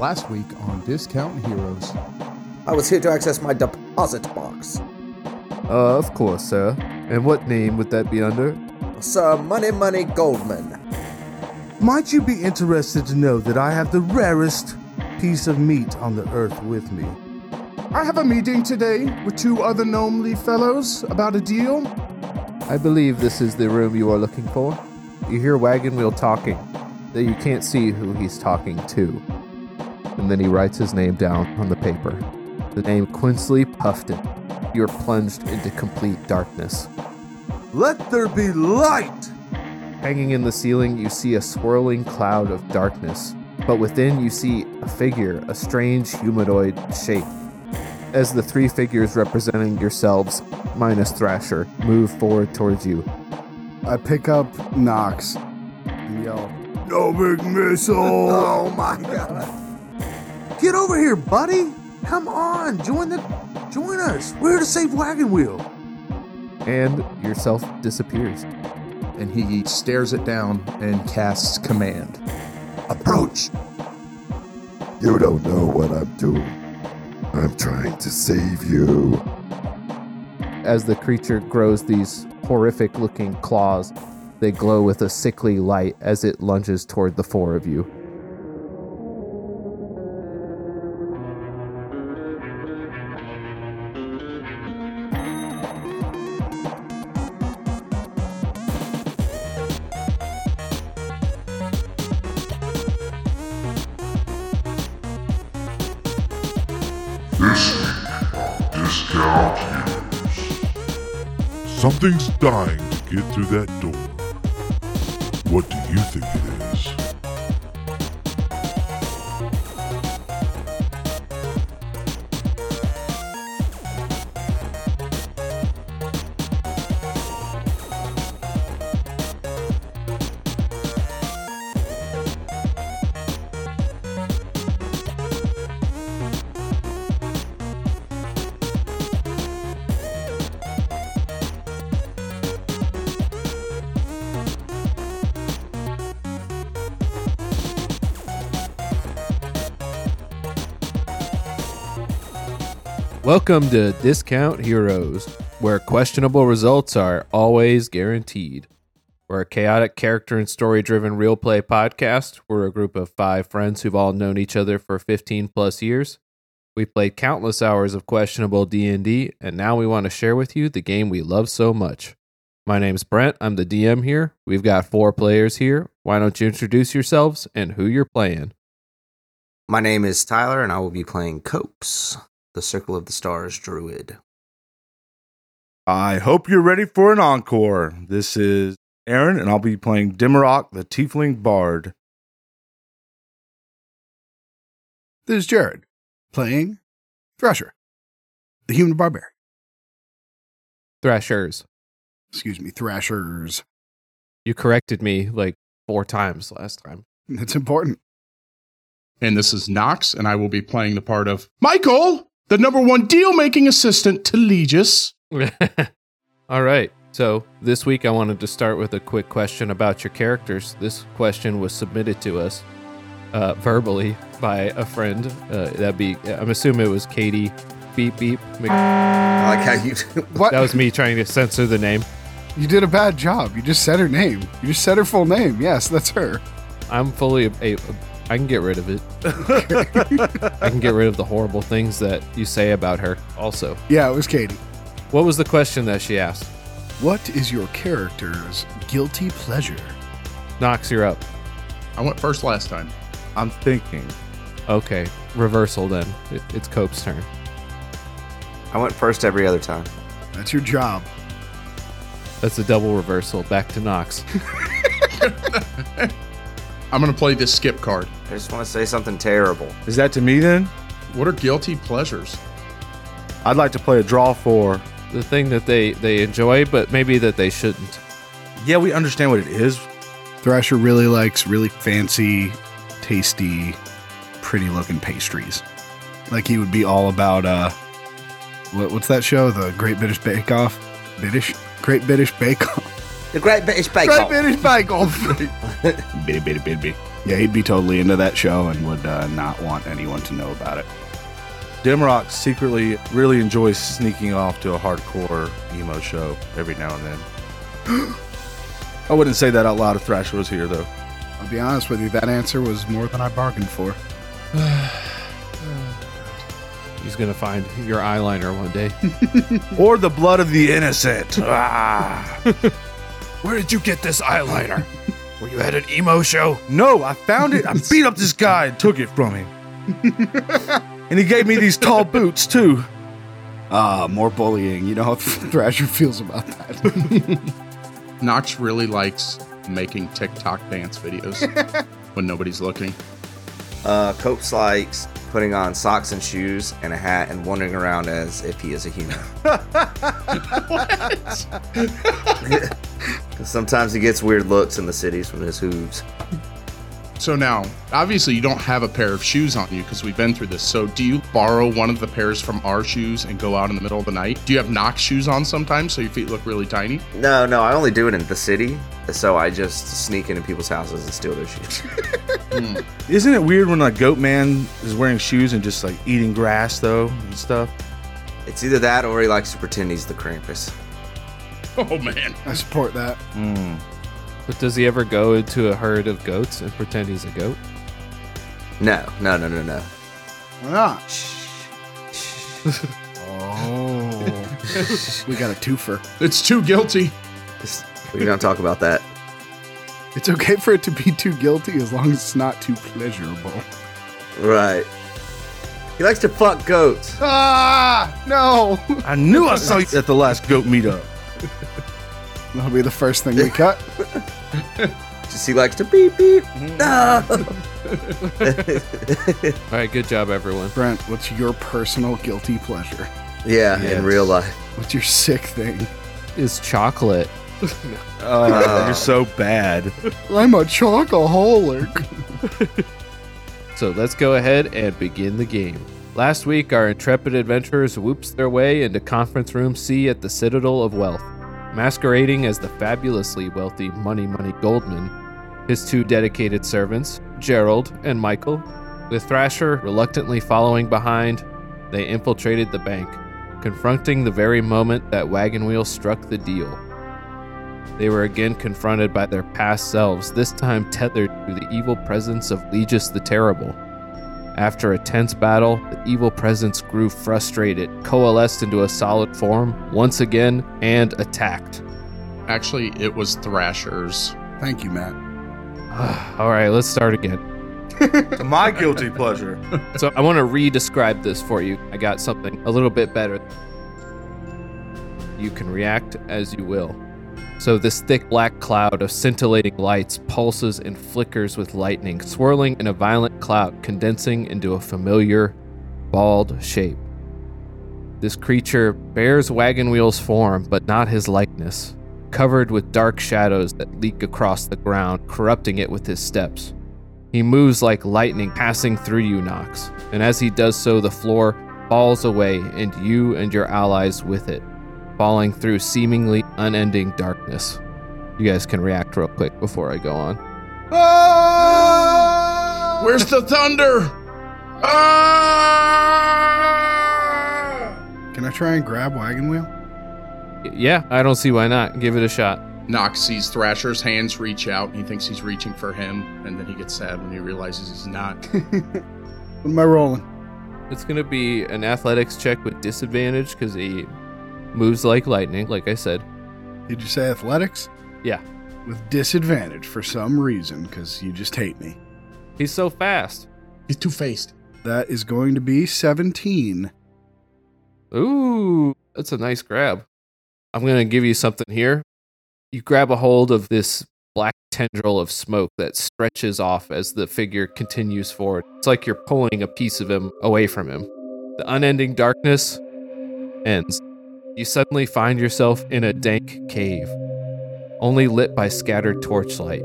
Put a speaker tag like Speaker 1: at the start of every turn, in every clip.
Speaker 1: Last week on Discount Heroes.
Speaker 2: I was here to access my deposit box.
Speaker 3: Uh, of course, sir. And what name would that be under?
Speaker 2: Sir Money Money Goldman.
Speaker 4: Might you be interested to know that I have the rarest piece of meat on the earth with me?
Speaker 1: I have a meeting today with two other Gnome Leaf fellows about a deal.
Speaker 3: I believe this is the room you are looking for. You hear Wagon Wheel talking, though you can't see who he's talking to. And then he writes his name down on the paper. The name Quinsley Puffton. You are plunged into complete darkness.
Speaker 4: Let there be light!
Speaker 3: Hanging in the ceiling, you see a swirling cloud of darkness, but within you see a figure, a strange humanoid shape. As the three figures representing yourselves, minus Thrasher, move forward towards you,
Speaker 5: I pick up Knox and yell,
Speaker 4: No big missile!
Speaker 2: Oh my god.
Speaker 4: Get over here, buddy! Come on, join the. Join us! We're here to save Wagon Wheel!
Speaker 3: and yourself disappears.
Speaker 1: And he stares it down and casts command.
Speaker 4: Approach!
Speaker 6: You don't know what I'm doing. I'm trying to save you.
Speaker 3: As the creature grows these horrific looking claws, they glow with a sickly light as it lunges toward the four of you.
Speaker 7: Discount Heroes. Something's dying to get through that door. What do you think it is?
Speaker 3: Welcome to Discount Heroes, where questionable results are always guaranteed. We're a chaotic character and story driven real play podcast. We're a group of five friends who've all known each other for 15 plus years. We played countless hours of questionable D&D, and now we want to share with you the game we love so much. My name's Brent. I'm the DM here. We've got four players here. Why don't you introduce yourselves and who you're playing?
Speaker 2: My name is Tyler, and I will be playing Copes, the Circle of the Stars Druid.
Speaker 8: I hope you're ready for an encore. This is Aaron, and I'll be playing Dimerok, the Tiefling Bard.
Speaker 5: This is Jared, playing Thrasher, the human barbarian.
Speaker 3: Thrashers.
Speaker 5: Excuse me, Thrashers.
Speaker 3: You corrected me like four times last time.
Speaker 5: That's important.
Speaker 9: and this is Knox, and I will be playing the part of Michael, the number one deal making assistant to Legis.
Speaker 3: All right. So, this week I wanted to start with a quick question about your characters. This question was submitted to us uh, verbally by a friend. Uh, that'd be, I'm assuming it was Katie Beep Beep. Mc-
Speaker 2: I like how you.
Speaker 5: What?
Speaker 3: That was me trying to censor the name.
Speaker 5: you did a bad job. You just said her name. You just said her full name. Yes, that's her.
Speaker 3: I'm fully, a, a, I can get rid of it. I can get rid of the horrible things that you say about her also.
Speaker 5: Yeah, it was Katie.
Speaker 3: What was the question that she asked?
Speaker 5: What is your character's guilty pleasure?
Speaker 3: Knox, you're up.
Speaker 9: I went first last time.
Speaker 8: I'm thinking.
Speaker 3: Okay. Reversal then. It, it's Cope's turn.
Speaker 2: I went first every other time.
Speaker 5: That's your job.
Speaker 3: That's a double reversal. Back to Knox.
Speaker 9: I'm going to play this skip card.
Speaker 2: I just want to say something terrible.
Speaker 8: Is that to me then?
Speaker 9: What are guilty pleasures?
Speaker 8: I'd like to play a draw four.
Speaker 3: the thing that they they enjoy but maybe that they shouldn't
Speaker 8: Yeah, we understand what it is.
Speaker 5: Thrasher really likes really fancy, tasty, pretty looking pastries. Like he would be all about uh what, what's that show? The Great British Bake Off? British? Great British Bake Off.
Speaker 2: The Great British Bake
Speaker 5: Great
Speaker 2: Off.
Speaker 5: British Bake Off.
Speaker 8: Bitty, bitty, bitty, bitty.
Speaker 5: Yeah, he'd be totally into that show and would uh, not want anyone to know about it.
Speaker 8: Dimrock secretly really enjoys sneaking off to a hardcore emo show every now and then. I wouldn't say that out loud if Thrasher was here, though.
Speaker 5: I'll be honest with you, that answer was more than I bargained for.
Speaker 3: He's gonna find your eyeliner one day.
Speaker 8: Or the blood of the innocent. Ah.
Speaker 3: Where did you get this eyeliner? Were you at an emo show?
Speaker 8: No, I found it. I beat up this guy and took it from him. and he gave me these tall boots, too.
Speaker 5: Ah, more bullying. You know how Thrasher feels about that.
Speaker 9: Nox really likes making TikTok dance videos when nobody's looking.
Speaker 2: Uh, Copes likes putting on socks and shoes and a hat and wandering around as if he is a human. Sometimes he gets weird looks in the cities from his hooves.
Speaker 9: So now, obviously, you don't have a pair of shoes on you because we've been through this. So, do you borrow one of the pairs from our shoes and go out in the middle of the night? Do you have Nox shoes on sometimes so your feet look really tiny?
Speaker 2: No, no, I only do it in the city. So I just sneak into people's houses and steal their shoes.
Speaker 8: Isn't it weird when a goat man is wearing shoes and just like eating grass, though, and stuff?
Speaker 2: it's either that or he likes to pretend he's the Krampus.
Speaker 9: Oh man,
Speaker 5: I support that.
Speaker 3: But does he ever go into a herd of goats and pretend he's a goat?
Speaker 2: No, no, no, no, no.
Speaker 5: Why not? oh. we got a twofer.
Speaker 9: it's too guilty.
Speaker 2: Just, we don't talk about that.
Speaker 5: It's okay for it to be too guilty as long as it's not too pleasurable.
Speaker 2: Right. He likes to fuck goats.
Speaker 5: Ah, no.
Speaker 8: I knew I saw you at the last goat meetup.
Speaker 5: That'll be the first thing we cut.
Speaker 2: Just he likes to beep beep. No.
Speaker 3: All right, good job, everyone.
Speaker 5: Brent, what's your personal guilty pleasure?
Speaker 2: Yeah, in real life.
Speaker 5: What's your sick thing?
Speaker 3: Is chocolate?
Speaker 8: Oh, you're so bad.
Speaker 5: I'm a chocoholic.
Speaker 3: So let's go ahead and begin the game. Last week, our intrepid adventurers whoops their way into Conference Room C at the Citadel of Wealth. Masquerading as the fabulously wealthy Money Money Goldman, his two dedicated servants, Gerald and Michael, with Thrasher reluctantly following behind, they infiltrated the bank, confronting the very moment that Wagon Wheel struck the deal. They were again confronted by their past selves, this time tethered to the evil presence of Legis the Terrible. After a tense battle, the evil presence grew frustrated, coalesced into a solid form once again, and attacked.
Speaker 9: Actually, it was Thrasher's.
Speaker 5: Thank you, Matt.
Speaker 3: All right, let's start again.
Speaker 8: My guilty pleasure.
Speaker 3: So I want to re describe this for you. I got something a little bit better. You can react as you will. So, this thick black cloud of scintillating lights pulses and flickers with lightning, swirling in a violent cloud, condensing into a familiar, bald shape. This creature bears Wagon Wheel's form, but not his likeness, covered with dark shadows that leak across the ground, corrupting it with his steps. He moves like lightning passing through you, Nox, and as he does so, the floor falls away and you and your allies with it, falling through seemingly unending darkness. You guys can react real quick before I go on.
Speaker 1: Uh,
Speaker 9: Where's the thunder? Ah!
Speaker 5: Can I try and grab wagon wheel?
Speaker 3: Y- Yeah, I don't see why not. Give it a shot.
Speaker 9: Nox sees Thrasher's hands reach out. and He thinks he's reaching for him, and then he gets sad when he realizes he's not.
Speaker 5: What am I rolling?
Speaker 3: It's going to be an athletics check with disadvantage because he moves like lightning, like I said.
Speaker 5: Did you say athletics?
Speaker 3: Yeah.
Speaker 5: With disadvantage for some reason, because you just hate me.
Speaker 3: He's so fast.
Speaker 9: He's two faced.
Speaker 5: That is going to be 17.
Speaker 3: Ooh, that's a nice grab. I'm going to give you something here. You grab a hold of this black tendril of smoke that stretches off as the figure continues forward. It's like you're pulling a piece of him away from him. The unending darkness ends. You suddenly find yourself in a dank cave, only lit by scattered torchlight.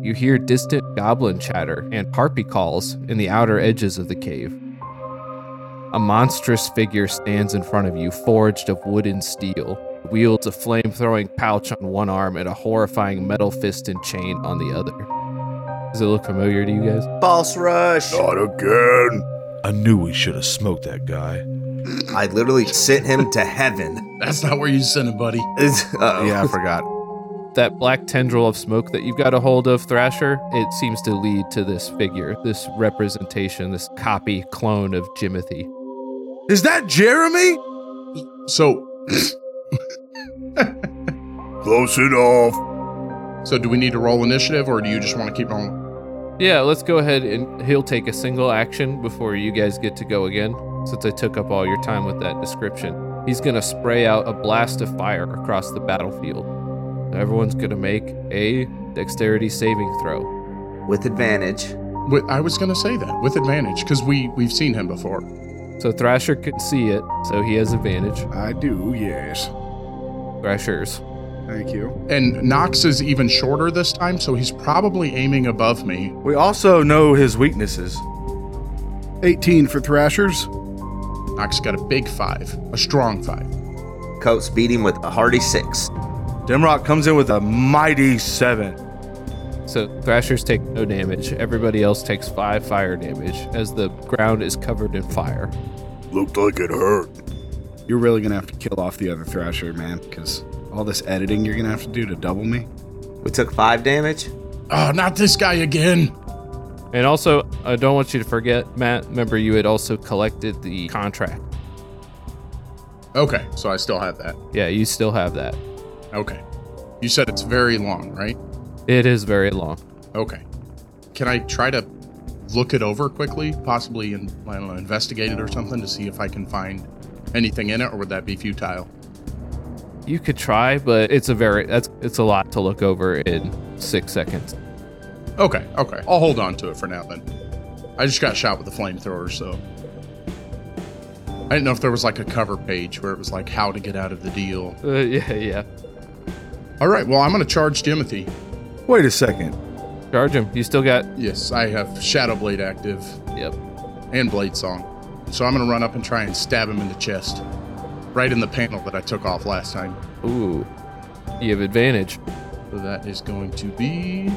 Speaker 3: You hear distant goblin chatter and harpy calls in the outer edges of the cave. A monstrous figure stands in front of you, forged of wood and steel, wields a flame throwing pouch on one arm and a horrifying metal fist and chain on the other. Does it look familiar to you guys?
Speaker 2: Boss rush.
Speaker 6: Not again.
Speaker 10: I knew we should have smoked that guy.
Speaker 2: I literally sent him to heaven.
Speaker 9: That's not where you sent it, buddy.
Speaker 2: Uh-oh.
Speaker 8: Yeah, I forgot.
Speaker 3: That black tendril of smoke that you've got a hold of, Thrasher, it seems to lead to this figure, this representation, this copy clone of Jimothy.
Speaker 4: Is that Jeremy?
Speaker 9: So,
Speaker 6: Close enough.
Speaker 9: so do we need to roll initiative, or do you just want to keep rolling?
Speaker 3: Yeah, let's go ahead and he'll take a single action before you guys get to go again, since I took up all your time with that description. He's going to spray out a blast of fire across the battlefield. Everyone's going to make a dexterity saving throw.
Speaker 2: With advantage.
Speaker 9: Wi- I was gonna say that with advantage because we we've seen him before.
Speaker 3: So Thrasher can see it, so he has advantage.
Speaker 5: I do, yes.
Speaker 3: Thrasher's.
Speaker 5: Thank you.
Speaker 9: And Knox is even shorter this time, so he's probably aiming above me.
Speaker 8: We also know his weaknesses.
Speaker 5: 18 for Thrashers.
Speaker 9: Knox got a big five, a strong five.
Speaker 2: Coates beat him with a hearty six.
Speaker 8: Dimrock comes in with a mighty seven.
Speaker 3: So Thrashers take no damage. Everybody else takes five fire damage as the ground is covered in fire.
Speaker 6: Looked like it hurt.
Speaker 5: You're really going to have to kill off the other Thrasher, man, because all this editing you're going to have to do to double me.
Speaker 2: We took five damage.
Speaker 9: Oh, not this guy again!
Speaker 3: And also, I don't want you to forget, Matt, remember you had also collected the contract.
Speaker 9: Okay, so I still have that.
Speaker 3: Yeah, you still have that.
Speaker 9: Okay, you said it's very long, right?
Speaker 3: It is very long.
Speaker 9: Okay. Can I try to look it over quickly, possibly and I don't know, investigate it or something to see if I can find anything in it, or would that be futile?
Speaker 3: You could try, but it's a very that's it's a lot to look over in six seconds.
Speaker 9: Okay, okay. I'll hold on to it for now then. I just got shot with a flamethrower, so I didn't know if there was like a cover page where it was like how to get out of the deal.
Speaker 3: Uh, yeah, yeah.
Speaker 9: All right, well I'm gonna charge Timothy.
Speaker 8: Wait a second.
Speaker 3: Charge him. You still got.
Speaker 9: Yes, I have Shadow Blade active
Speaker 3: Yep.
Speaker 9: and Blade Song, so I'm gonna run up and try and stab him in the chest, right in the panel that I took off last time.
Speaker 3: Ooh, you have advantage.
Speaker 9: So that is going to be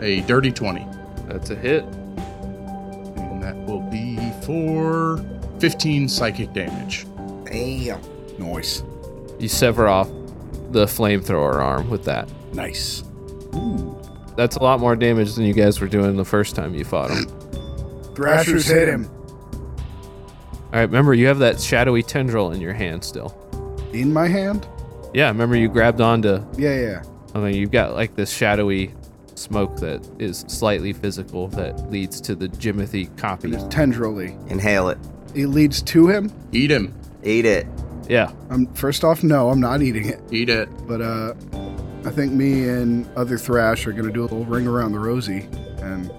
Speaker 9: a dirty 20.
Speaker 3: That's a hit.
Speaker 9: And that will be for 15 psychic damage.
Speaker 2: Damn.
Speaker 5: Nice.
Speaker 3: You sever off the flamethrower arm with that.
Speaker 5: Nice.
Speaker 3: That's a lot more damage than you guys were doing the first time you fought him.
Speaker 5: Thrashers hit him.
Speaker 3: All right, remember you have that shadowy tendril in your hand still.
Speaker 5: In my hand?
Speaker 3: Yeah, remember you grabbed onto.
Speaker 5: Yeah, yeah.
Speaker 3: I mean, you've got like this shadowy smoke that is slightly physical that leads to the Jimothy
Speaker 5: And
Speaker 3: copy.
Speaker 5: it's tendrily.
Speaker 2: Inhale it.
Speaker 5: It leads to him.
Speaker 9: Eat him.
Speaker 2: Eat it.
Speaker 3: Yeah.
Speaker 5: Um, first off, no, I'm not eating it.
Speaker 9: Eat it.
Speaker 5: But uh, I think me and other Thrash are gonna do a little ring around the rosy and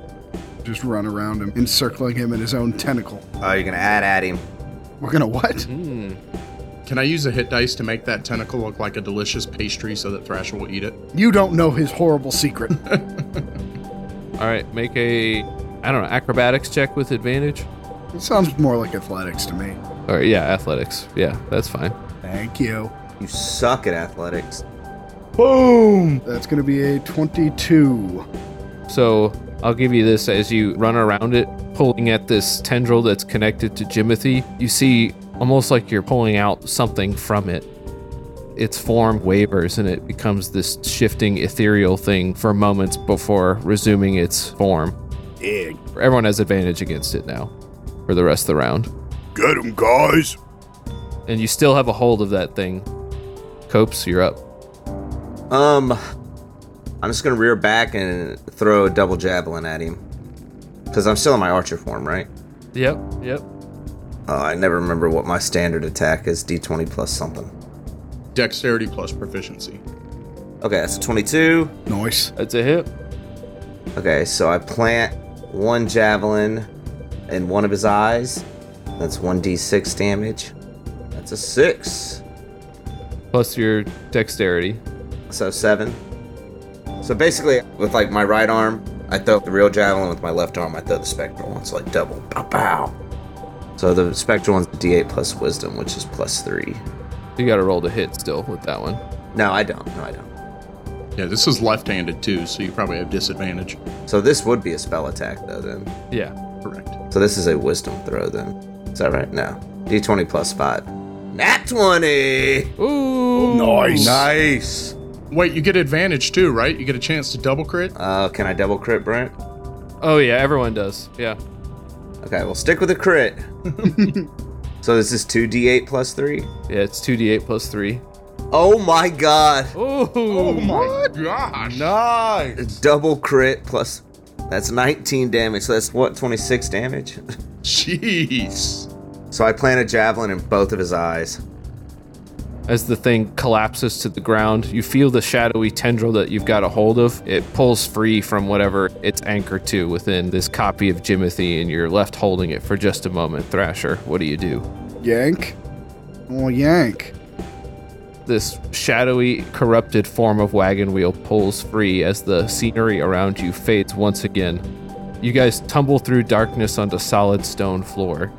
Speaker 5: just run around him, encircling him in his own tentacle.
Speaker 2: Oh, you're gonna add at him.
Speaker 5: We're gonna what?
Speaker 3: Hmm.
Speaker 9: Can I use a hit dice to make that tentacle look like a delicious pastry so that Thrasher will eat it?
Speaker 5: You don't know his horrible secret.
Speaker 3: All right, make a I don't know acrobatics check with advantage.
Speaker 5: it sounds more like athletics to me.
Speaker 3: Or yeah, athletics. Yeah, that's fine.
Speaker 5: Thank you.
Speaker 2: You suck at athletics.
Speaker 8: Boom!
Speaker 5: That's gonna be a 22.
Speaker 3: So I'll give you this as you run around it, pulling at this tendril that's connected to Jimothy. You see almost like you're pulling out something from it. Its form wavers and it becomes this shifting ethereal thing for moments before resuming its form. Everyone has advantage against it now for the rest of the round.
Speaker 6: Get him, guys.
Speaker 3: And you still have a hold of that thing. Copes, you're up.
Speaker 2: Um, I'm just gonna rear back and throw a double javelin at him. Cause I'm still in my archer form, right?
Speaker 3: Yep, yep.
Speaker 2: Oh, I never remember what my standard attack is. D20 plus something.
Speaker 9: Dexterity plus proficiency.
Speaker 2: Okay, that's a 22.
Speaker 5: Nice.
Speaker 3: That's a hit.
Speaker 2: Okay, so I plant one javelin in one of his eyes. That's 1d6 damage. That's a 6.
Speaker 3: Plus your dexterity.
Speaker 2: So 7. So basically, with like my right arm, I throw the real javelin. With my left arm, I throw the spectral one. So like double. Pow pow. So the spectral one's d8 plus wisdom, which is plus 3.
Speaker 3: You gotta roll to hit still with that one.
Speaker 2: No, I don't. No, I don't.
Speaker 9: Yeah, this is left-handed too, so you probably have disadvantage.
Speaker 2: So this would be a spell attack, though, then.
Speaker 3: Yeah.
Speaker 9: Correct.
Speaker 2: So this is a wisdom throw, then. Is that right? No. D20 plus 5. Nat 20!
Speaker 3: Ooh.
Speaker 5: Nice.
Speaker 9: Nice. Wait, you get advantage too, right? You get a chance to double crit.
Speaker 2: Uh, can I double crit, Brent?
Speaker 3: Oh yeah, everyone does. Yeah.
Speaker 2: Okay, we'll stick with a crit. so this is 2d8 plus 3?
Speaker 3: Yeah, it's 2d8 plus 3.
Speaker 2: Oh my god!
Speaker 3: Ooh. Oh
Speaker 9: my gosh.
Speaker 8: Nice.
Speaker 2: Double crit plus. That's 19 damage. So that's what, 26 damage?
Speaker 9: Jeez.
Speaker 2: so I plant a javelin in both of his eyes.
Speaker 3: As the thing collapses to the ground, you feel the shadowy tendril that you've got a hold of. It pulls free from whatever it's anchored to within this copy of Jimothy, and you're left holding it for just a moment. Thrasher, what do you do?
Speaker 5: Yank. Oh, yank.
Speaker 3: This shadowy, corrupted form of wagon wheel pulls free as the scenery around you fades once again. You guys tumble through darkness onto solid stone floor.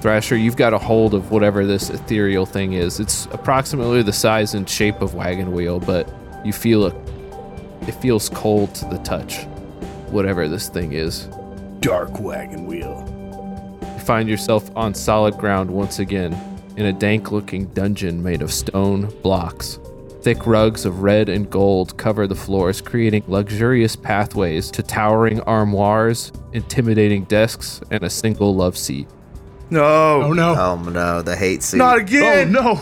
Speaker 3: Thrasher, you've got a hold of whatever this ethereal thing is. It's approximately the size and shape of wagon wheel, but you feel it. It feels cold to the touch. Whatever this thing is,
Speaker 5: Dark wagon wheel.
Speaker 3: you find yourself on solid ground once again in a dank looking dungeon made of stone blocks. Thick rugs of red and gold cover the floors, creating luxurious pathways to towering armoires, intimidating desks, and a single love seat.
Speaker 8: No.
Speaker 9: Oh no.
Speaker 2: Oh no, the hate scene.
Speaker 8: Not
Speaker 9: Oh
Speaker 8: again.
Speaker 9: no.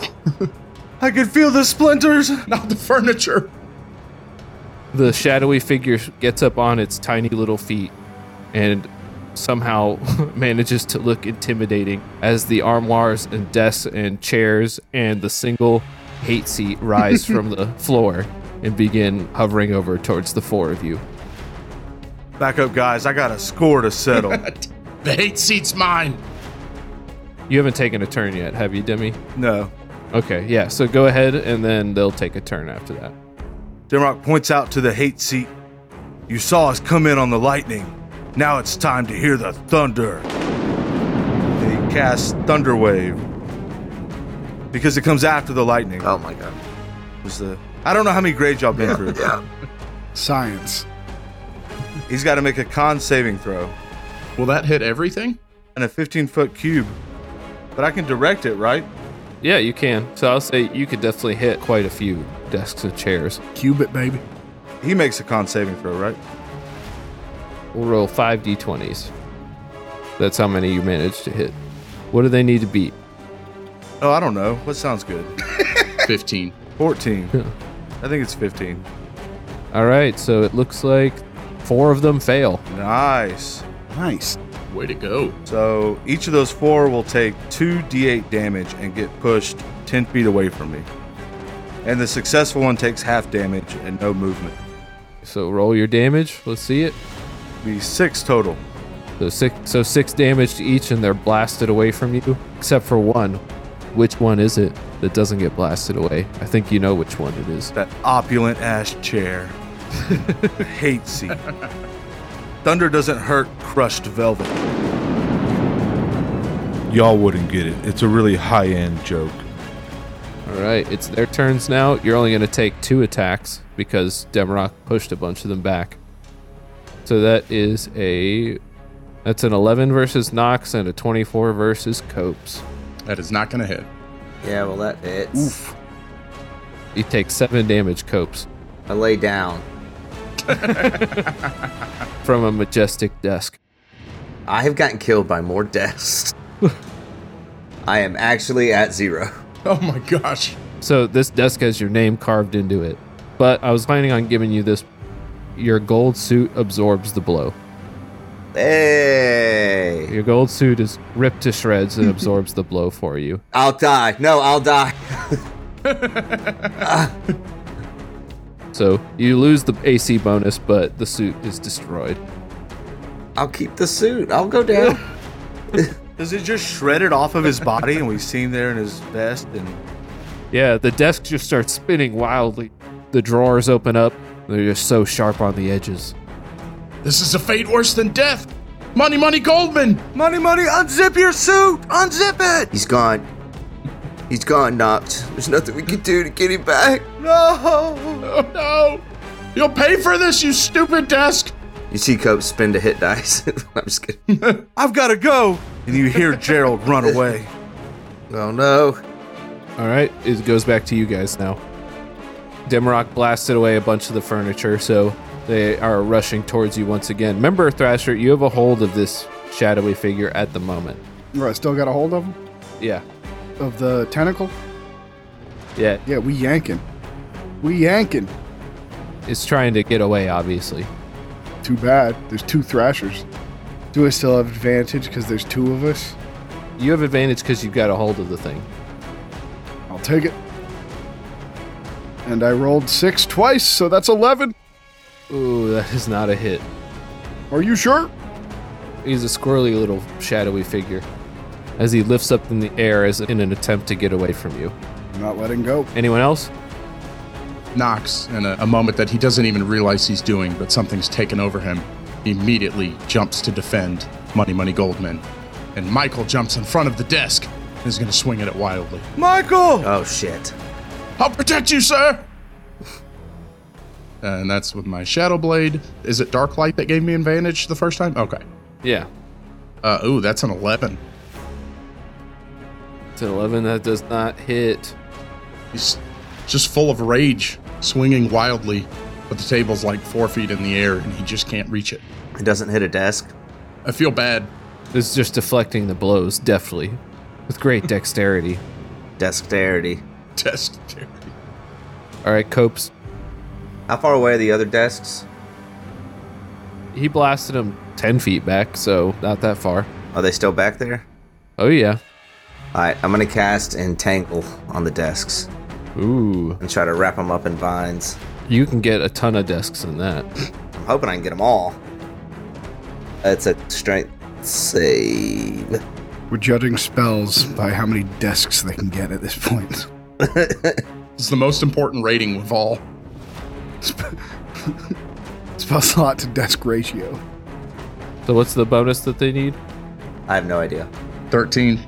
Speaker 8: I can feel the splinters.
Speaker 9: Not the furniture.
Speaker 3: The shadowy figure gets up on its tiny little feet and somehow manages to look intimidating as the armoires and desks and chairs and the single hate seat rise from the floor and begin hovering over towards the four of you.
Speaker 8: Back up, guys. I got a score to settle.
Speaker 9: The hate seat's mine.
Speaker 3: You haven't taken a turn yet, have you, Demi?
Speaker 8: no.
Speaker 3: Okay, yeah, so go ahead and then they'll take a turn after that.
Speaker 8: Dimrock points out to the hate seat. You saw us come in on the lightning. Now it's time to hear the thunder. They cast Thunder Wave. Because it comes after the lightning.
Speaker 2: Oh my god.
Speaker 8: Was the- I don't know how many grades y'all been through.
Speaker 5: Science.
Speaker 8: He's got to make a con saving throw
Speaker 9: Will that hit everything?
Speaker 8: and a 15 foot cube. But I can direct it, right?
Speaker 3: Yeah, you can. So I'll say you could definitely hit quite a few desks and chairs.
Speaker 5: Cube it, baby.
Speaker 8: He makes a con saving throw, right?
Speaker 3: We'll roll five d20s. That's how many you managed to hit. What do they need to beat?
Speaker 8: Oh, I don't know. What sounds good?
Speaker 9: 15.
Speaker 8: 14.
Speaker 3: Yeah.
Speaker 8: I think it's 15.
Speaker 3: All right, so it looks like four of them fail.
Speaker 8: Nice.
Speaker 5: Nice.
Speaker 9: Way to go.
Speaker 8: So each of those four will take 2d8 damage and get pushed 10 feet away from me. And the successful one takes half damage and no movement.
Speaker 3: So roll your damage. Let's see it.
Speaker 8: Be six total.
Speaker 3: So six, so six damage to each, and they're blasted away from you, except for one. Which one is it that doesn't get blasted away? I think you know which one it is.
Speaker 8: That opulent ass chair. Hate seat. Thunder doesn't hurt crushed velvet.
Speaker 10: Y'all wouldn't get it. It's a really high end joke.
Speaker 3: All right, it's their turns now. You're only going to take two attacks because Demarok pushed a bunch of them back. So that is a that's an 11 versus Nox and a 24 versus Copes.
Speaker 9: That is not going to hit.
Speaker 2: Yeah, well, that hits.
Speaker 3: You take seven damage, Copes,
Speaker 2: I lay down.
Speaker 3: from a majestic desk.
Speaker 2: I have gotten killed by more deaths. I am actually at zero.
Speaker 9: Oh my gosh.
Speaker 3: So this desk has your name carved into it. But I was planning on giving you this. Your gold suit absorbs the blow.
Speaker 2: Hey!
Speaker 3: Your gold suit is ripped to shreds and absorbs the blow for you.
Speaker 2: I'll die. No, I'll die.
Speaker 3: So you lose the AC bonus, but the suit is destroyed.
Speaker 2: I'll keep the suit. I'll go down.
Speaker 8: Does it just shred it off of his body and we see him there in his vest and
Speaker 3: Yeah, the desk just starts spinning wildly. The drawers open up. They're just so sharp on the edges.
Speaker 9: This is a fate worse than death. Money, money, Goldman.
Speaker 8: Money money, unzip your suit! Unzip it!
Speaker 2: He's gone. He's gone, Noct. There's nothing we can do to get him back.
Speaker 9: No! Oh, no! You'll pay for this, you stupid desk!
Speaker 2: You see Cope spin to hit dice. I'm just kidding.
Speaker 8: I've got to go. And you hear Gerald run away.
Speaker 2: Oh no.
Speaker 3: All right, it goes back to you guys now. Demarok blasted away a bunch of the furniture, so they are rushing towards you once again. Remember, Thrasher, you have a hold of this shadowy figure at the moment.
Speaker 11: Right, still got a hold of him?
Speaker 3: Yeah.
Speaker 11: Of the tentacle?
Speaker 3: Yeah.
Speaker 11: Yeah, we yanking. We yanking.
Speaker 3: It's trying to get away, obviously.
Speaker 11: Too bad. There's two thrashers. Do I still have advantage because there's two of us?
Speaker 3: You have advantage because you've got a hold of the thing.
Speaker 11: I'll take it. And I rolled six twice, so that's 11.
Speaker 3: Ooh, that is not a hit.
Speaker 11: Are you sure?
Speaker 3: He's a squirrely little shadowy figure as he lifts up in the air as in an attempt to get away from you.
Speaker 11: I'm not letting go.
Speaker 3: Anyone else?
Speaker 9: Knox, in a, a moment that he doesn't even realize he's doing, but something's taken over him, he immediately jumps to defend Money Money Goldman. And Michael jumps in front of the desk and is going to swing at it wildly.
Speaker 8: Michael!
Speaker 2: Oh shit.
Speaker 9: I'll protect you, sir! and that's with my Shadow Blade. Is it Dark Light that gave me advantage the first time? Okay.
Speaker 3: Yeah.
Speaker 9: Uh, ooh, that's an 11.
Speaker 3: It's an 11 that does not hit.
Speaker 9: He's just full of rage, swinging wildly, but the table's like four feet in the air and he just can't reach it.
Speaker 2: It doesn't hit a desk.
Speaker 9: I feel bad.
Speaker 3: It's just deflecting the blows deftly with great dexterity.
Speaker 2: Dexterity.
Speaker 9: Dexterity.
Speaker 3: All right, Copes.
Speaker 2: How far away are the other desks?
Speaker 3: He blasted him 10 feet back, so not that far.
Speaker 2: Are they still back there?
Speaker 3: Oh, yeah.
Speaker 2: All right, I'm gonna cast Entangle on the desks
Speaker 3: Ooh.
Speaker 2: and try to wrap them up in vines.
Speaker 3: You can get a ton of desks in that.
Speaker 2: I'm hoping I can get them all. That's a strength save.
Speaker 11: We're judging spells by how many desks they can get at this point.
Speaker 9: It's the most important rating of all.
Speaker 11: Spell slot to desk ratio.
Speaker 3: So, what's the bonus that they need?
Speaker 2: I have no idea.
Speaker 9: 13.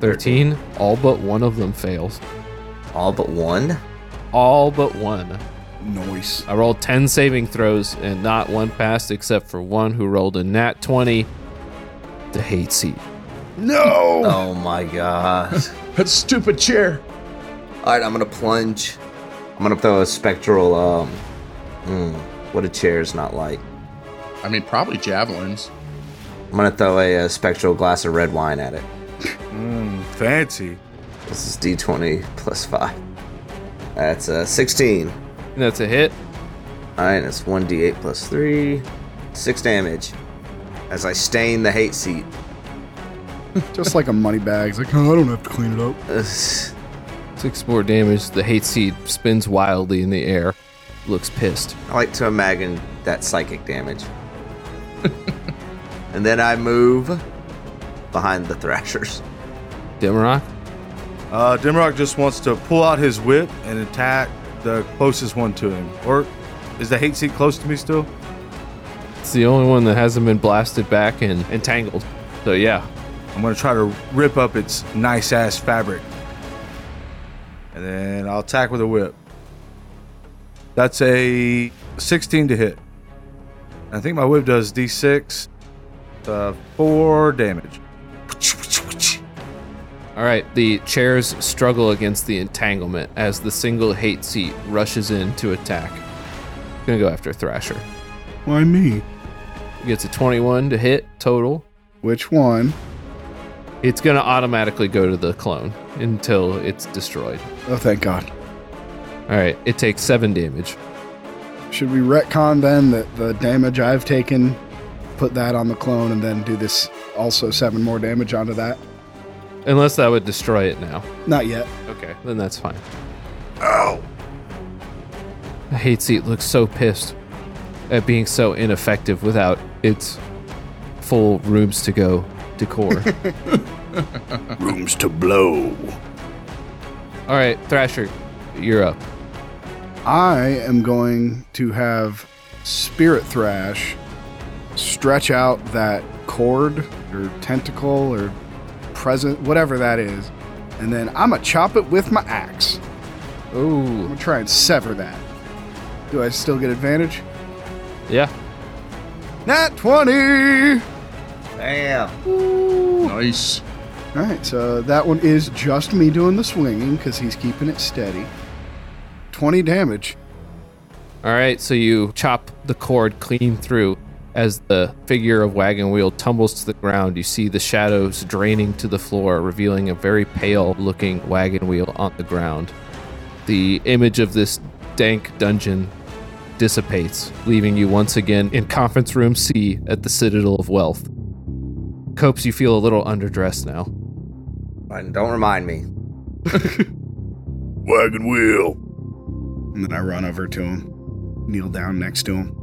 Speaker 3: 13. All but one of them fails.
Speaker 2: All but one.
Speaker 3: All but one.
Speaker 11: Noise.
Speaker 3: I rolled 10 saving throws and not one passed except for one who rolled a nat 20. The hate seat.
Speaker 11: No!
Speaker 2: Oh my gosh.
Speaker 9: That stupid chair.
Speaker 2: All right, I'm gonna plunge. I'm gonna throw a spectral. Um, mm, what a chair is not like.
Speaker 9: I mean, probably javelins.
Speaker 2: I'm gonna throw a, uh spectral glass of red wine at it.
Speaker 8: Mm, fancy.
Speaker 2: This is D20 plus five. That's uh, 16.
Speaker 3: And that's a hit.
Speaker 2: All right, that's 1d8 plus three, six damage. As I stain the hate seat.
Speaker 11: Just like a money bag. It's like, oh, I don't have to clean it up.
Speaker 2: Ugh.
Speaker 3: Six more damage. The hate seed spins wildly in the air. Looks pissed.
Speaker 2: I like to imagine that psychic damage. and then I move behind the thrashers.
Speaker 3: Demarok?
Speaker 8: Uh, Dimrock just wants to pull out his whip and attack the closest one to him. Or is the hate seat close to me still?
Speaker 3: It's the only one that hasn't been blasted back and entangled. So, yeah.
Speaker 8: I'm gonna try to rip up its nice ass fabric. And then I'll attack with a whip. That's a 16 to hit. I think my whip does d6, uh, 4 damage.
Speaker 3: All right, the chairs struggle against the entanglement as the single hate seat rushes in to attack. Gonna go after Thrasher.
Speaker 11: Why me?
Speaker 3: Gets a 21 to hit total.
Speaker 11: Which one?
Speaker 3: It's gonna automatically go to the clone until it's destroyed.
Speaker 11: Oh, thank God.
Speaker 3: All right, it takes seven damage.
Speaker 11: Should we retcon then that the damage I've taken, put that on the clone, and then do this also seven more damage onto that?
Speaker 3: Unless that would destroy it now.
Speaker 11: Not yet.
Speaker 3: Okay, then that's fine. The hate seat looks so pissed at being so ineffective without its full rooms to go decor.
Speaker 5: Rooms to blow.
Speaker 3: All right, Thrasher, you're up.
Speaker 11: I am going to have Spirit Thrash stretch out that cord or tentacle or present, whatever that is, And then I'm going to chop it with my axe.
Speaker 3: Ooh. I'm
Speaker 11: going to try and sever that. Do I still get advantage?
Speaker 3: Yeah.
Speaker 11: Nat 20!
Speaker 2: Damn.
Speaker 9: Nice.
Speaker 11: All right, so that one is just me doing the swinging because he's keeping it steady. 20 damage.
Speaker 3: All right, so you chop the cord clean through. As the figure of wagon wheel tumbles to the ground, you see the shadows draining to the floor, revealing a very pale looking wagon wheel on the ground. The image of this dank dungeon dissipates, leaving you once again in conference room C at the Citadel of Wealth. Copes, you feel a little underdressed now.
Speaker 2: And don't remind me.
Speaker 5: Wagon wheel.
Speaker 11: And then I run over to him, kneel down next to him.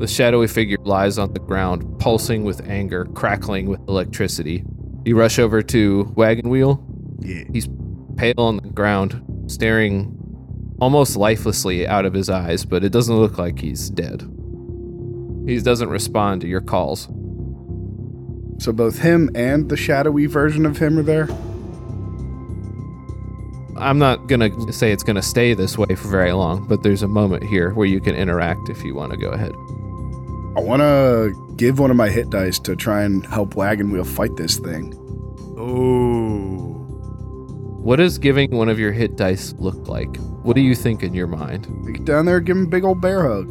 Speaker 3: The shadowy figure lies on the ground, pulsing with anger, crackling with electricity. You rush over to Wagon Wheel.
Speaker 11: Yeah.
Speaker 3: He's pale on the ground, staring almost lifelessly out of his eyes, but it doesn't look like he's dead. He doesn't respond to your calls.
Speaker 11: So both him and the shadowy version of him are there.
Speaker 3: I'm not going to say it's going to stay this way for very long, but there's a moment here where you can interact if you want to go ahead.
Speaker 11: I want to give one of my hit dice to try and help Wagon Wheel fight this thing.
Speaker 8: Oh.
Speaker 3: What does giving one of your hit dice look like? What do you think in your mind?
Speaker 11: Get down there, give him a big old bear hug.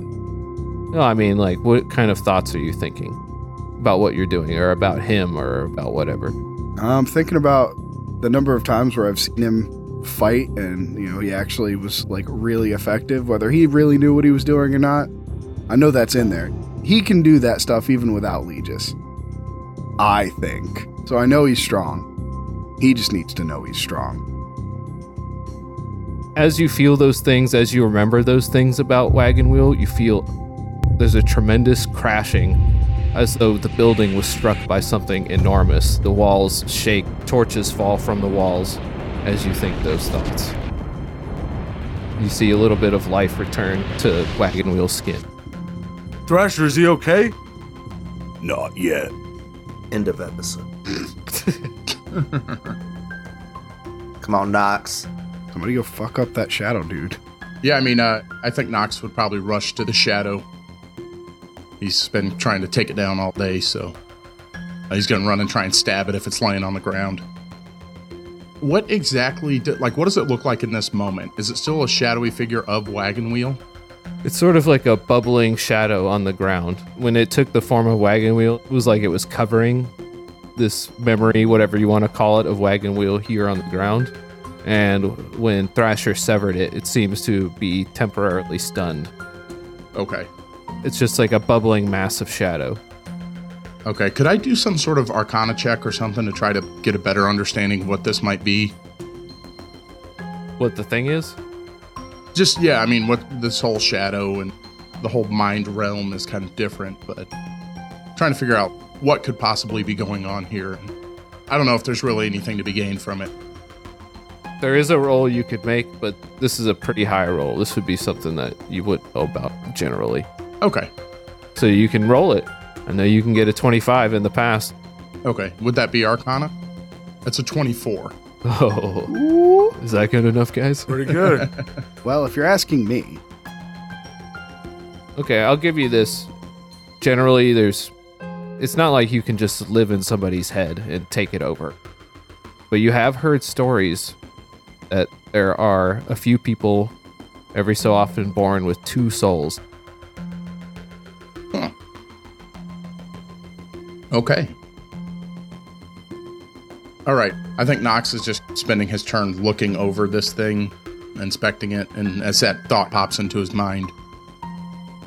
Speaker 3: No, I mean, like, what kind of thoughts are you thinking about what you're doing or about him or about whatever?
Speaker 11: I'm thinking about the number of times where I've seen him fight and, you know, he actually was like really effective, whether he really knew what he was doing or not. I know that's in there. He can do that stuff even without Legis. I think. So I know he's strong. He just needs to know he's strong.
Speaker 3: as you feel those things, as you remember those things about Wagon Wheel, you feel there's a tremendous crashing as though the building was struck by something enormous. The walls shake, torches fall from the walls as you think those thoughts. You see a little bit of life return to Wagon Wheel's skin.
Speaker 8: Thrasher, is he okay?
Speaker 5: Not yet.
Speaker 2: End of episode. Come on, Knox.
Speaker 11: Somebody go fuck up that shadow dude.
Speaker 9: Yeah, I mean, uh, I think Knox would probably rush to the shadow. He's been trying to take it down all day, so uh, he's going to run and try and stab it if it's laying on the ground. What exactly, did, like, what does it look like in this moment? Is it still a shadowy figure of Wagon Wheel?
Speaker 3: It's sort of like a bubbling shadow on the ground. When it took the form of Wagon Wheel, it was like it was covering this memory, whatever you want to call it, of Wagon Wheel here on the ground. And when Thrasher severed it, it seems to be temporarily stunned.
Speaker 9: Okay.
Speaker 3: It's just like a bubbling mass of shadow.
Speaker 9: Okay, could I do some sort of arcana check or something to try to get a better understanding of what this might be?
Speaker 3: What the thing is?
Speaker 9: Just, yeah, I mean, what this whole shadow and the whole mind realm is kind of different, but trying to figure out what could possibly be going on here. I don't know if there's really anything to be gained from it.
Speaker 3: There is a roll you could make, but this is a pretty high roll. This would be something that you wouldn't know about generally.
Speaker 9: Okay,
Speaker 3: So you can roll it. I know you can get a 25 in the past.
Speaker 9: okay. Would that be Arcana? That's a 24.
Speaker 3: Oh. Is that good enough, guys?
Speaker 8: Pretty good.
Speaker 11: Well, if you're asking me,
Speaker 3: Okay, I'll give you this. Generally, there's. It's not like you can just live in somebody's head and take it over. But you have heard stories that there are a few people every so often born with two souls.
Speaker 9: Okay. All right. I think Knox is just spending his turn looking over this thing, inspecting it, and as that thought pops into his mind,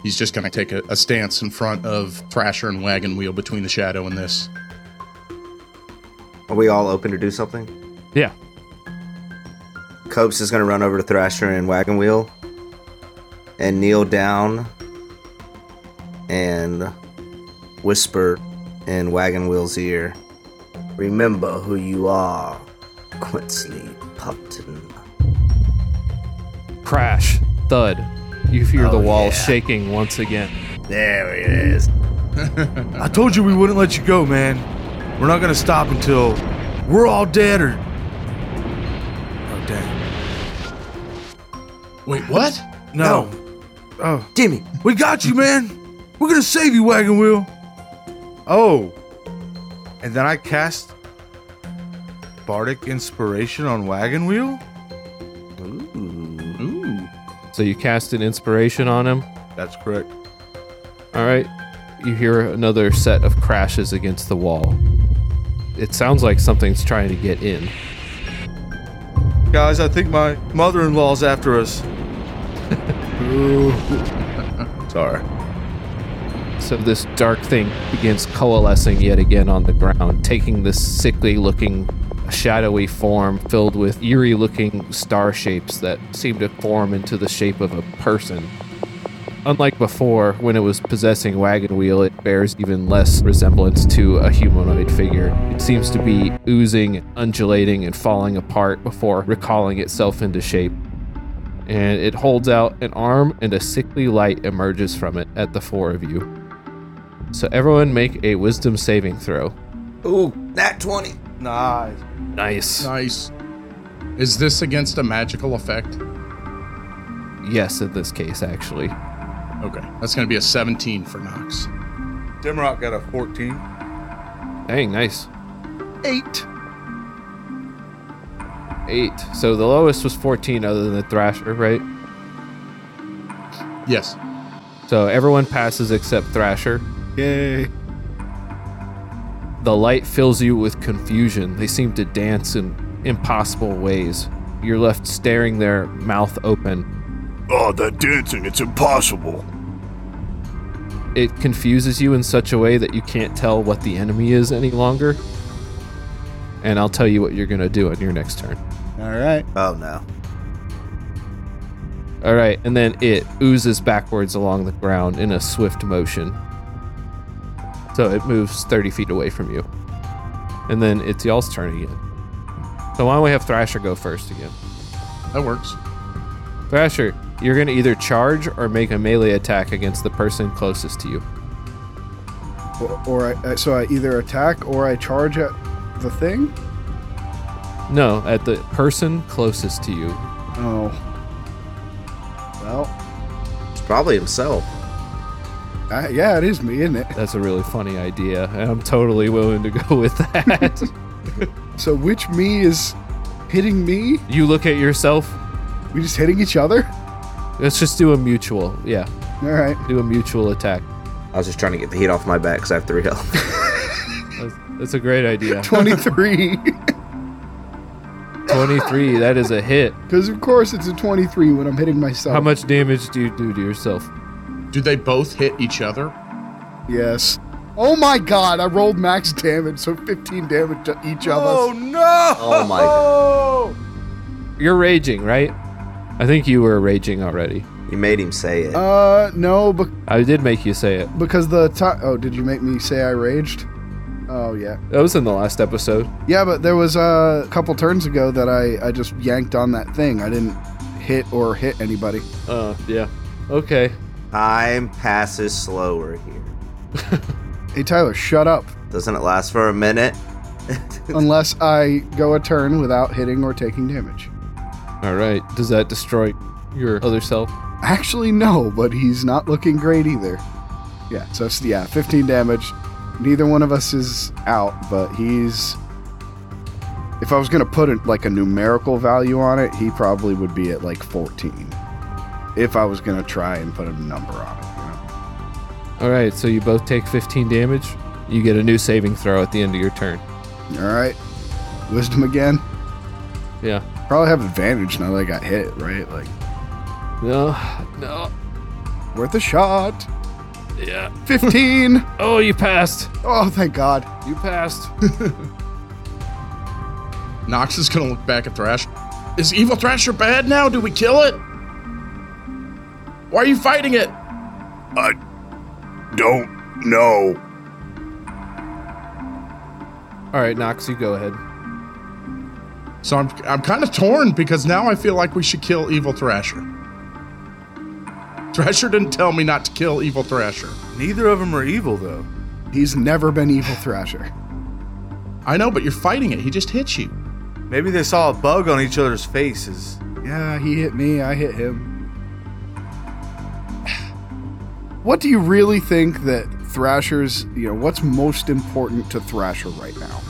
Speaker 9: he's just going to take a, a stance in front of Thrasher and Wagon Wheel between the shadow and this.
Speaker 2: Are we all open to do something?
Speaker 3: Yeah.
Speaker 2: Copes is going to run over to Thrasher and Wagon Wheel and kneel down and whisper in Wagon Wheel's ear Remember who you are, Quincy Pupton.
Speaker 3: Crash, thud. You hear the wall shaking once again.
Speaker 2: There it is.
Speaker 8: I told you we wouldn't let you go, man. We're not gonna stop until we're all dead or oh,
Speaker 9: Wait, what?
Speaker 8: No. Oh,
Speaker 2: Jimmy,
Speaker 8: we got you, man. We're gonna save you, Wagon Wheel. Oh, and then I cast Bardic Inspiration on Wagon Wheel.
Speaker 2: Ooh.
Speaker 9: Ooh.
Speaker 3: So you cast an inspiration on him.
Speaker 8: That's correct.
Speaker 3: All right. You hear another set of crashes against the wall. It sounds like something's trying to get in.
Speaker 8: Guys, I think my mother-in-law's after us.
Speaker 2: Sorry.
Speaker 3: So this dark thing begins coalescing yet again on the ground, taking this sickly looking, shadowy form filled with eerie looking star shapes that seem to form into the shape of a person. Unlike before, when it was possessing Wagon Wheel, it bears even less resemblance to a humanoid figure. It seems to be oozing, undulating, and falling apart before recalling itself into shape and it holds out an arm and a sickly light emerges from it at the four of you. So everyone make a wisdom saving throw.
Speaker 2: Ooh, nat 20.
Speaker 8: Nice.
Speaker 3: Nice.
Speaker 9: Nice. Is this against a magical effect?
Speaker 3: Yes, in this case, actually.
Speaker 9: Okay. That's going to be a 17 for Knox.
Speaker 8: Demarok got a 14.
Speaker 3: Dang, nice.
Speaker 8: Eight.
Speaker 3: Eight. So the lowest was 14, other than the Thrasher, right?
Speaker 9: Yes.
Speaker 3: So everyone passes except Thrasher.
Speaker 11: Yay.
Speaker 3: The light fills you with confusion. They seem to dance in impossible ways. You're left staring there, mouth open.
Speaker 12: Oh, that dancing, it's impossible.
Speaker 3: It confuses you in such a way that you can't tell what the enemy is any longer. And I'll tell you what you're going to do on your next turn.
Speaker 11: All right.
Speaker 2: Oh, no.
Speaker 3: All right, and then it oozes backwards along the ground in a swift motion. So it moves 30 feet away from you. And then it's y'all's turn again. So why don't we have Thrasher go first again?
Speaker 9: That works.
Speaker 3: Thrasher, you're going to either charge or make a melee attack against the person closest to you.
Speaker 11: Or, or I, I- so I either attack or I charge at the thing.
Speaker 3: No, at the person closest to you.
Speaker 11: Oh. Well,
Speaker 2: It's probably himself.
Speaker 11: I, yeah, it is me, isn't it?
Speaker 3: That's a really funny idea, and I'm totally willing to go with that.
Speaker 11: So which me is hitting me?
Speaker 3: you look at yourself.
Speaker 11: We just hitting each other?
Speaker 3: Let's just do a mutual. Yeah,
Speaker 11: All right.
Speaker 3: do a mutual attack.
Speaker 2: I was just trying to get the heat off my back because I have three health.
Speaker 3: That's, that's a great idea.
Speaker 11: 23.
Speaker 3: 23, that is a hit. Oh.
Speaker 11: Because of course it's a 23 when I'm hitting myself.
Speaker 3: How much damage do you do to yourself?
Speaker 9: Do they both hit each other?
Speaker 11: Yes. Oh my god, I rolled max damage, so 15 damage to each of us.
Speaker 8: Oh no!
Speaker 2: Oh, my
Speaker 3: You're raging, right? I think you were raging already.
Speaker 2: You made him say it.
Speaker 11: Uh, no, bec
Speaker 3: I did make you say it.
Speaker 11: because the time. Oh, did you make me say I raged? Oh, yeah.
Speaker 3: That was in the last episode.
Speaker 11: Yeah, but there was uh, a couple turns ago that I, I just yanked on that thing. I didn't hit or hit anybody.
Speaker 3: Uh, yeah. Okay.
Speaker 2: Time passes slower here.
Speaker 11: Hey, Tyler, shut up.
Speaker 2: Doesn't it last for a minute?
Speaker 11: Unless I go a turn without hitting or taking damage.
Speaker 3: All right. Does that destroy your other self?
Speaker 11: Actually, no, but he's not looking great either. Yeah, so it's- yeah, 15 damage. Neither one of us is out, but he's. If I was going to put a, like a numerical value on it, he probably would be at like 14. If I was going to try and put a number on it. You know?
Speaker 3: All right. So you both take 15 damage. You get a new saving throw at the end of your turn.
Speaker 11: All right. Wisdom again.
Speaker 3: Yeah.
Speaker 11: Probably have advantage now that I got hit, right? Like,
Speaker 3: No. No.
Speaker 11: worth a shot.
Speaker 3: Yeah.
Speaker 11: 15.
Speaker 3: Oh, you passed.
Speaker 11: oh, thank God.
Speaker 3: You passed.
Speaker 9: Knox is going to look back at Thrasher. Is Evil Thrasher bad now? Do we kill it? Why are you fighting it?
Speaker 12: I don't know.
Speaker 3: All right, Nox, you go ahead.
Speaker 9: So I'm, I'm kind of torn because now I feel like we should kill Evil Thrasher. Thrasher didn't tell me not to kill Evil Thrasher.
Speaker 8: Neither of them are evil though.
Speaker 11: He's never been Evil Thrasher.
Speaker 9: I know, but you're fighting it. He just hit you.
Speaker 8: Maybe they saw a bug on each other's faces.
Speaker 11: Yeah, he hit me. I hit him. What do you really think that Thrasher's, you know, what's most important to Thrasher right now?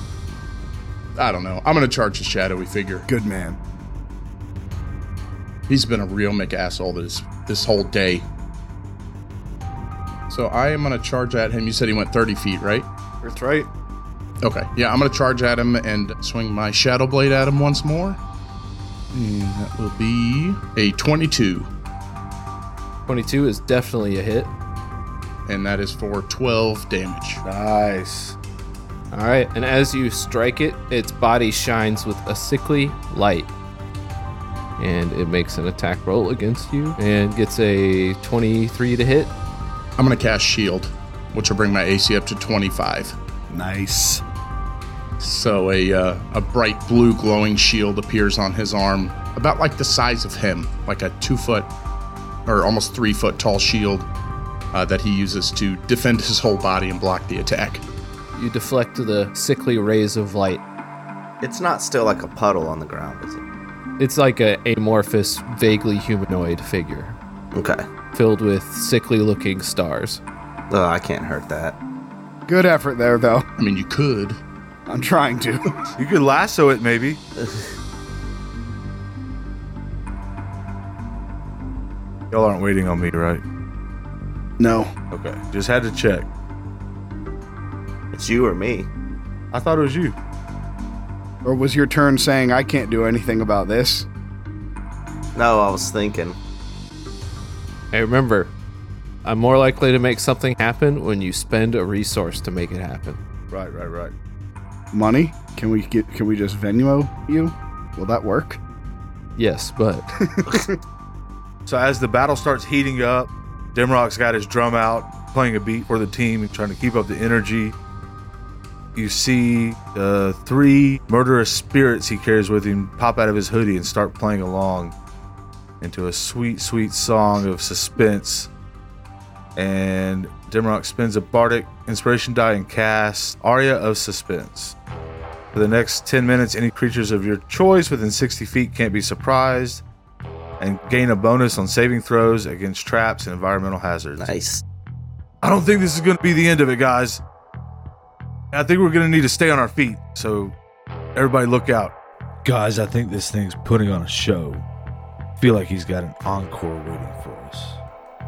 Speaker 9: I don't know. I'm going to charge the shadowy figure.
Speaker 11: Good man.
Speaker 9: He's been a real McAsshole this this whole day. So I am going to charge at him. You said he went 30 feet, right?
Speaker 13: That's right.
Speaker 9: Okay. Yeah, I'm going to charge at him and swing my shadow blade at him once more. And that will be a 22.
Speaker 3: 22 is definitely a hit.
Speaker 9: And that is for 12 damage.
Speaker 3: Nice. All right, and as you strike it, its body shines with a sickly light. And it makes an attack roll against you and gets a 23 to hit.
Speaker 9: I'm going to cast Shield, which will bring my AC up to 25.
Speaker 5: Nice.
Speaker 9: So a, uh, a bright blue glowing shield appears on his arm, about like the size of him, like a two foot or almost three foot tall shield uh, that he uses to defend his whole body and block the attack.
Speaker 3: You deflect the sickly rays of light.
Speaker 2: It's not still like a puddle on the ground, is it?
Speaker 3: It's like a amorphous, vaguely humanoid figure.
Speaker 2: Okay.
Speaker 3: Filled with sickly looking stars.
Speaker 2: Oh, I can't hurt that.
Speaker 11: Good effort there, though.
Speaker 9: I mean, you could.
Speaker 11: I'm trying to.
Speaker 8: you could lasso it, maybe. Y'all aren't waiting on me, right?
Speaker 11: No.
Speaker 8: Okay. Just had to check.
Speaker 2: It's you or me.
Speaker 8: I thought it was you.
Speaker 11: Or was your turn saying I can't do anything about this?
Speaker 2: No, I was thinking.
Speaker 3: Hey, remember, I'm more likely to make something happen when you spend a resource to make it happen.
Speaker 8: Right, right, right.
Speaker 11: Money? Can we get can we just Venmo you? Will that work?
Speaker 3: Yes, but
Speaker 8: So as the battle starts heating up, Dimrock's got his drum out, playing a beat for the team and trying to keep up the energy. You see uh, three murderous spirits he carries with him pop out of his hoodie and start playing along into a sweet, sweet song of suspense. And Dimrock spins a bardic inspiration die and casts Aria of Suspense. For the next 10 minutes, any creatures of your choice within 60 feet can't be surprised and gain a bonus on saving throws against traps and environmental hazards.
Speaker 2: Nice.
Speaker 8: I don't think this is going to be the end of it, guys. I think we're going to need to stay on our feet. So, everybody, look out.
Speaker 10: Guys, I think this thing's putting on a show. Feel like he's got an encore waiting for us.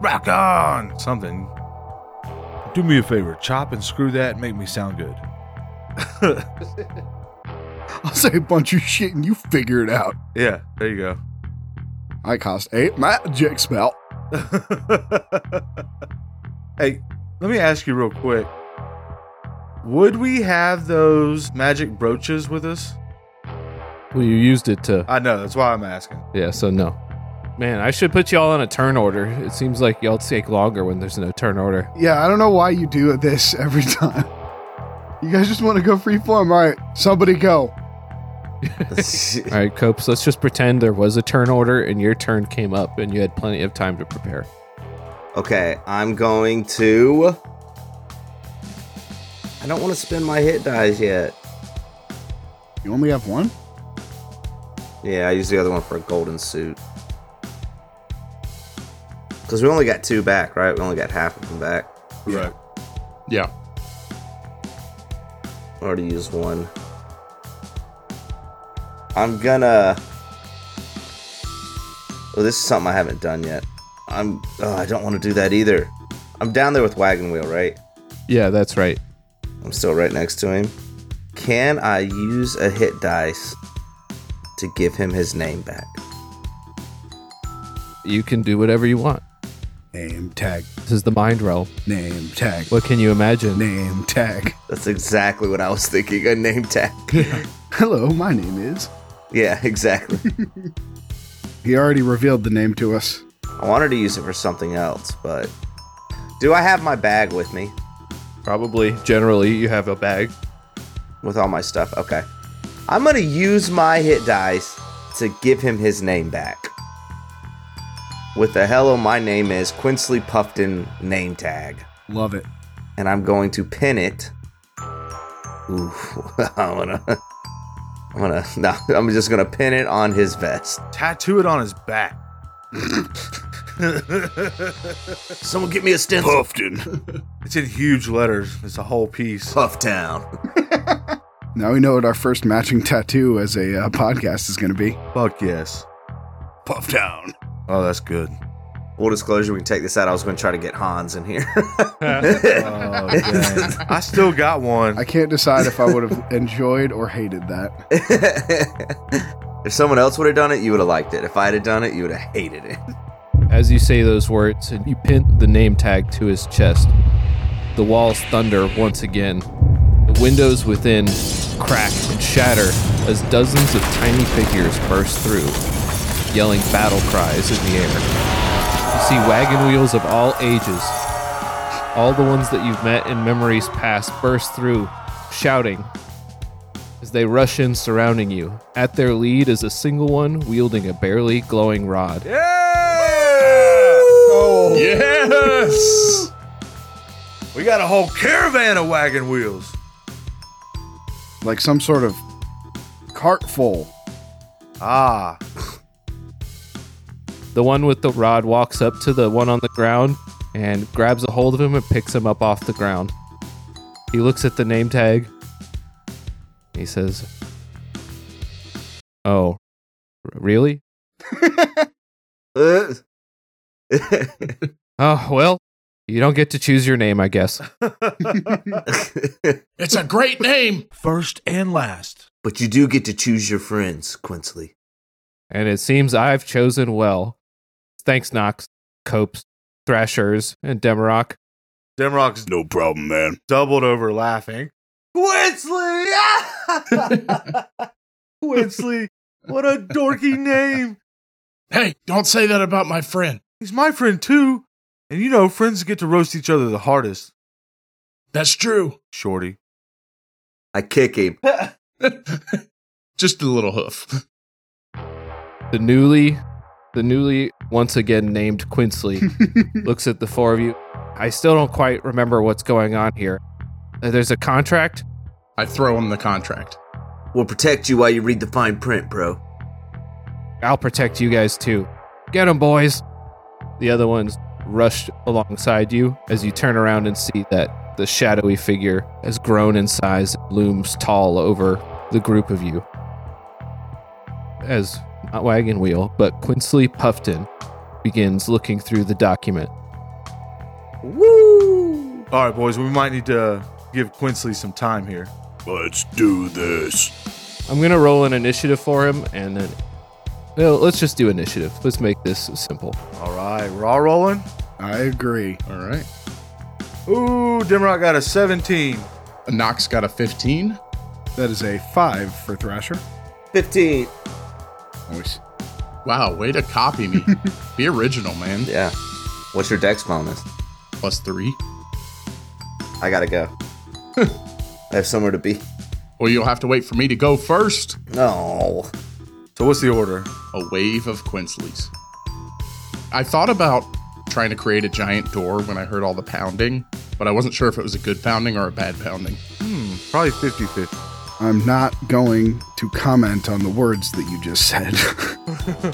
Speaker 8: Rock on! Something.
Speaker 10: Do me a favor, chop and screw that and make me sound good.
Speaker 11: I'll say a bunch of shit and you figure it out.
Speaker 8: Yeah, there you go.
Speaker 11: I cost eight magic spell.
Speaker 8: hey, let me ask you real quick. Would we have those magic brooches with us?
Speaker 3: Well, you used it to.
Speaker 8: I know, that's why I'm asking.
Speaker 3: Yeah, so no. Man, I should put y'all on a turn order. It seems like y'all take longer when there's no turn order.
Speaker 11: Yeah, I don't know why you do this every time. You guys just want to go free form. All right, somebody go.
Speaker 3: All right, Copes, let's just pretend there was a turn order and your turn came up and you had plenty of time to prepare.
Speaker 2: Okay, I'm going to. I don't want to spend my hit dies yet.
Speaker 11: You only have one?
Speaker 2: Yeah, I use the other one for a golden suit. Because we only got two back, right? We only got half of them back.
Speaker 8: Right.
Speaker 9: Yeah.
Speaker 2: I already used one. I'm gonna. Oh, this is something I haven't done yet. I'm. Oh, I don't want to do that either. I'm down there with Wagon Wheel, right?
Speaker 3: Yeah, that's right.
Speaker 2: I'm still right next to him. Can I use a hit dice to give him his name back?
Speaker 3: You can do whatever you want.
Speaker 11: Name tag.
Speaker 3: This is the mind realm.
Speaker 11: Name tag.
Speaker 3: What can you imagine?
Speaker 11: Name tag.
Speaker 2: That's exactly what I was thinking. A name tag.
Speaker 11: Hello, my name is.
Speaker 2: Yeah, exactly.
Speaker 11: He already revealed the name to us.
Speaker 2: I wanted to use it for something else, but do I have my bag with me?
Speaker 3: Probably. Generally, you have a bag
Speaker 2: with all my stuff. Okay. I'm going to use my hit dice to give him his name back. With a hello, my name is Quincy Puffton name tag.
Speaker 11: Love it.
Speaker 2: And I'm going to pin it. Oof. I'm going to. I'm gonna no, I'm just gonna pin it on his vest.
Speaker 8: Tattoo it on his back.
Speaker 2: Someone get me a stencil.
Speaker 8: Puffton. it's in huge letters. It's a whole piece.
Speaker 2: Pufftown.
Speaker 11: Now we know what our first matching tattoo as a uh, podcast is going to be.
Speaker 8: Fuck yes.
Speaker 12: Pufftown.
Speaker 8: Oh, that's good.
Speaker 2: Full disclosure, we can take this out. I was going to try to get Hans in here.
Speaker 8: I still got one.
Speaker 11: I can't decide if I would have enjoyed or hated that.
Speaker 2: if someone else would have done it, you would have liked it. If I had done it, you would have hated it.
Speaker 3: As you say those words, and you pin the name tag to his chest, the walls thunder once again. The windows within crack and shatter as dozens of tiny figures burst through, yelling battle cries in the air. You see wagon wheels of all ages. All the ones that you've met in memories past burst through, shouting, as they rush in, surrounding you. At their lead is a single one wielding a barely glowing rod.
Speaker 12: Oh.
Speaker 8: Yes! we got a whole caravan of wagon wheels.
Speaker 11: Like some sort of cart full.
Speaker 8: Ah.
Speaker 3: The one with the rod walks up to the one on the ground and grabs a hold of him and picks him up off the ground. He looks at the name tag. He says, Oh, r- really?
Speaker 2: oh,
Speaker 3: Oh, well, you don't get to choose your name, I guess.
Speaker 9: It's a great name.
Speaker 10: First and last.
Speaker 2: But you do get to choose your friends, Quinsley.
Speaker 3: And it seems I've chosen well. Thanks, Knox, Copes, Thrashers, and Demarok.
Speaker 8: Demrock's
Speaker 12: No problem, man.
Speaker 8: doubled over laughing.
Speaker 12: Quinsley!
Speaker 8: Winsley, what a dorky name.
Speaker 9: Hey, don't say that about my friend.
Speaker 8: He's my friend too. And you know, friends get to roast each other the hardest.
Speaker 9: That's true.
Speaker 8: Shorty.
Speaker 2: I kick him.
Speaker 9: Just a little hoof.
Speaker 3: The newly, the newly once again named Quinsley looks at the four of you. I still don't quite remember what's going on here. Uh, There's a contract.
Speaker 9: I throw him the contract.
Speaker 2: We'll protect you while you read the fine print, bro.
Speaker 3: I'll protect you guys too. Get 'em, boys. The other ones rush alongside you as you turn around and see that the shadowy figure has grown in size, looms tall over the group of you. As not Wagon Wheel, but Quinsley Puffton begins looking through the document.
Speaker 8: All right, boys, we might need to give Quinsley some time here.
Speaker 12: Let's do this.
Speaker 3: I'm gonna roll an initiative for him, and then well, let's just do initiative. Let's make this simple.
Speaker 8: All right, raw rolling.
Speaker 11: I agree.
Speaker 9: All right.
Speaker 8: Ooh, Dimrock got a 17.
Speaker 9: Knox got a 15.
Speaker 11: That is a five for Thrasher.
Speaker 2: 15.
Speaker 11: Nice.
Speaker 9: Wow, way to copy me. Be original, man.
Speaker 2: Yeah. What's your dex bonus?
Speaker 9: Plus three.
Speaker 2: I gotta go. I have somewhere to be.
Speaker 9: Well, you'll have to wait for me to go first.
Speaker 2: No.
Speaker 8: So what's the order?
Speaker 9: A wave of Quinsley's. I thought about trying to create a giant door when I heard all the pounding, but I wasn't sure if it was a good pounding or a bad pounding.
Speaker 8: Probably 50 50.
Speaker 11: I'm not going to comment on the words that you just said.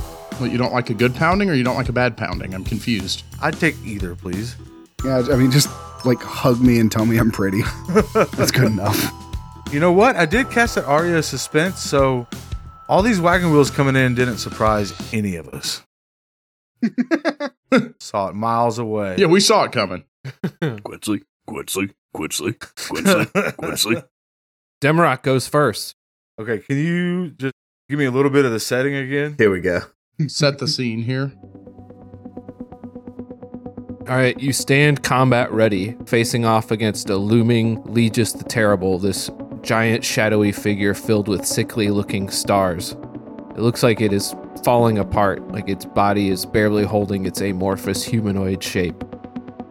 Speaker 9: Well, you don't like a good pounding or you don't like a bad pounding? I'm confused.
Speaker 8: I'd take either, please.
Speaker 11: yeah, I mean, just like hug me and tell me I'm pretty. That's good enough.
Speaker 8: You know what? I did cast that Aria of Suspense, so all these wagon wheels coming in didn't surprise any of us. Saw it miles away.
Speaker 9: Yeah, we saw it coming.
Speaker 12: Quinsley, Quinsley, Quinsley, Quinsley, Quinsley.
Speaker 3: Demarok goes first.
Speaker 8: Okay, can you just give me a little bit of the setting again?
Speaker 2: Here we go.
Speaker 9: Set the scene here.
Speaker 3: All right, you stand combat ready, facing off against a looming Legis the Terrible, this giant shadowy figure filled with sickly looking stars. It looks like it is falling apart, like its body is barely holding its amorphous humanoid shape.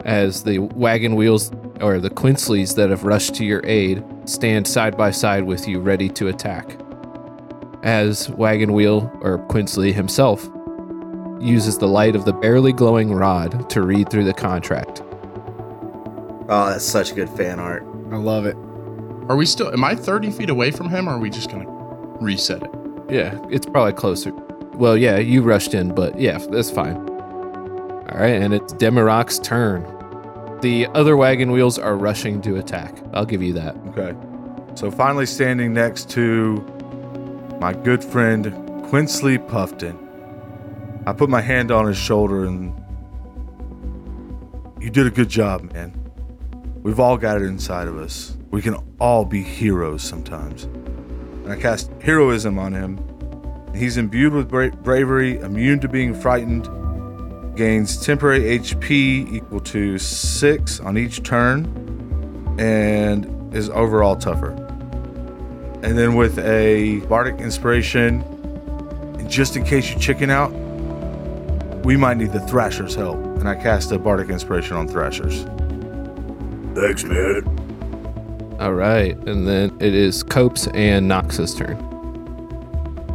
Speaker 3: As the wagon wheels or the Quinceys that have rushed to your aid stand side by side with you, ready to attack. As Wagon Wheel, or Quinsley himself, uses the light of the barely glowing rod to read through the contract.
Speaker 2: Oh, that's such good fan art.
Speaker 11: I love it.
Speaker 9: Are we still, am I 30 feet away from him or are we just going to reset it?
Speaker 3: Yeah, it's probably closer. Well, yeah, you rushed in, but yeah, that's fine. All All right, and it's Demirok's turn. The other wagon wheels are rushing to attack. I'll give you that.
Speaker 8: Okay. So finally standing next to my good friend Quincy Puffton, I put my hand on his shoulder and you did a good job, man. We've all got it inside of us. We can all be heroes sometimes. And I cast heroism on him. He's imbued with bra- bravery, immune to being frightened, gains temporary HP equal to six on each turn, and is overall tougher. And then with a bardic inspiration, and just in case you chicken out, we might need the Thrasher's help. And I cast a bardic inspiration on Thrashers.
Speaker 12: Thanks, man.
Speaker 3: All right, and then it is Cope's and Nox's turn.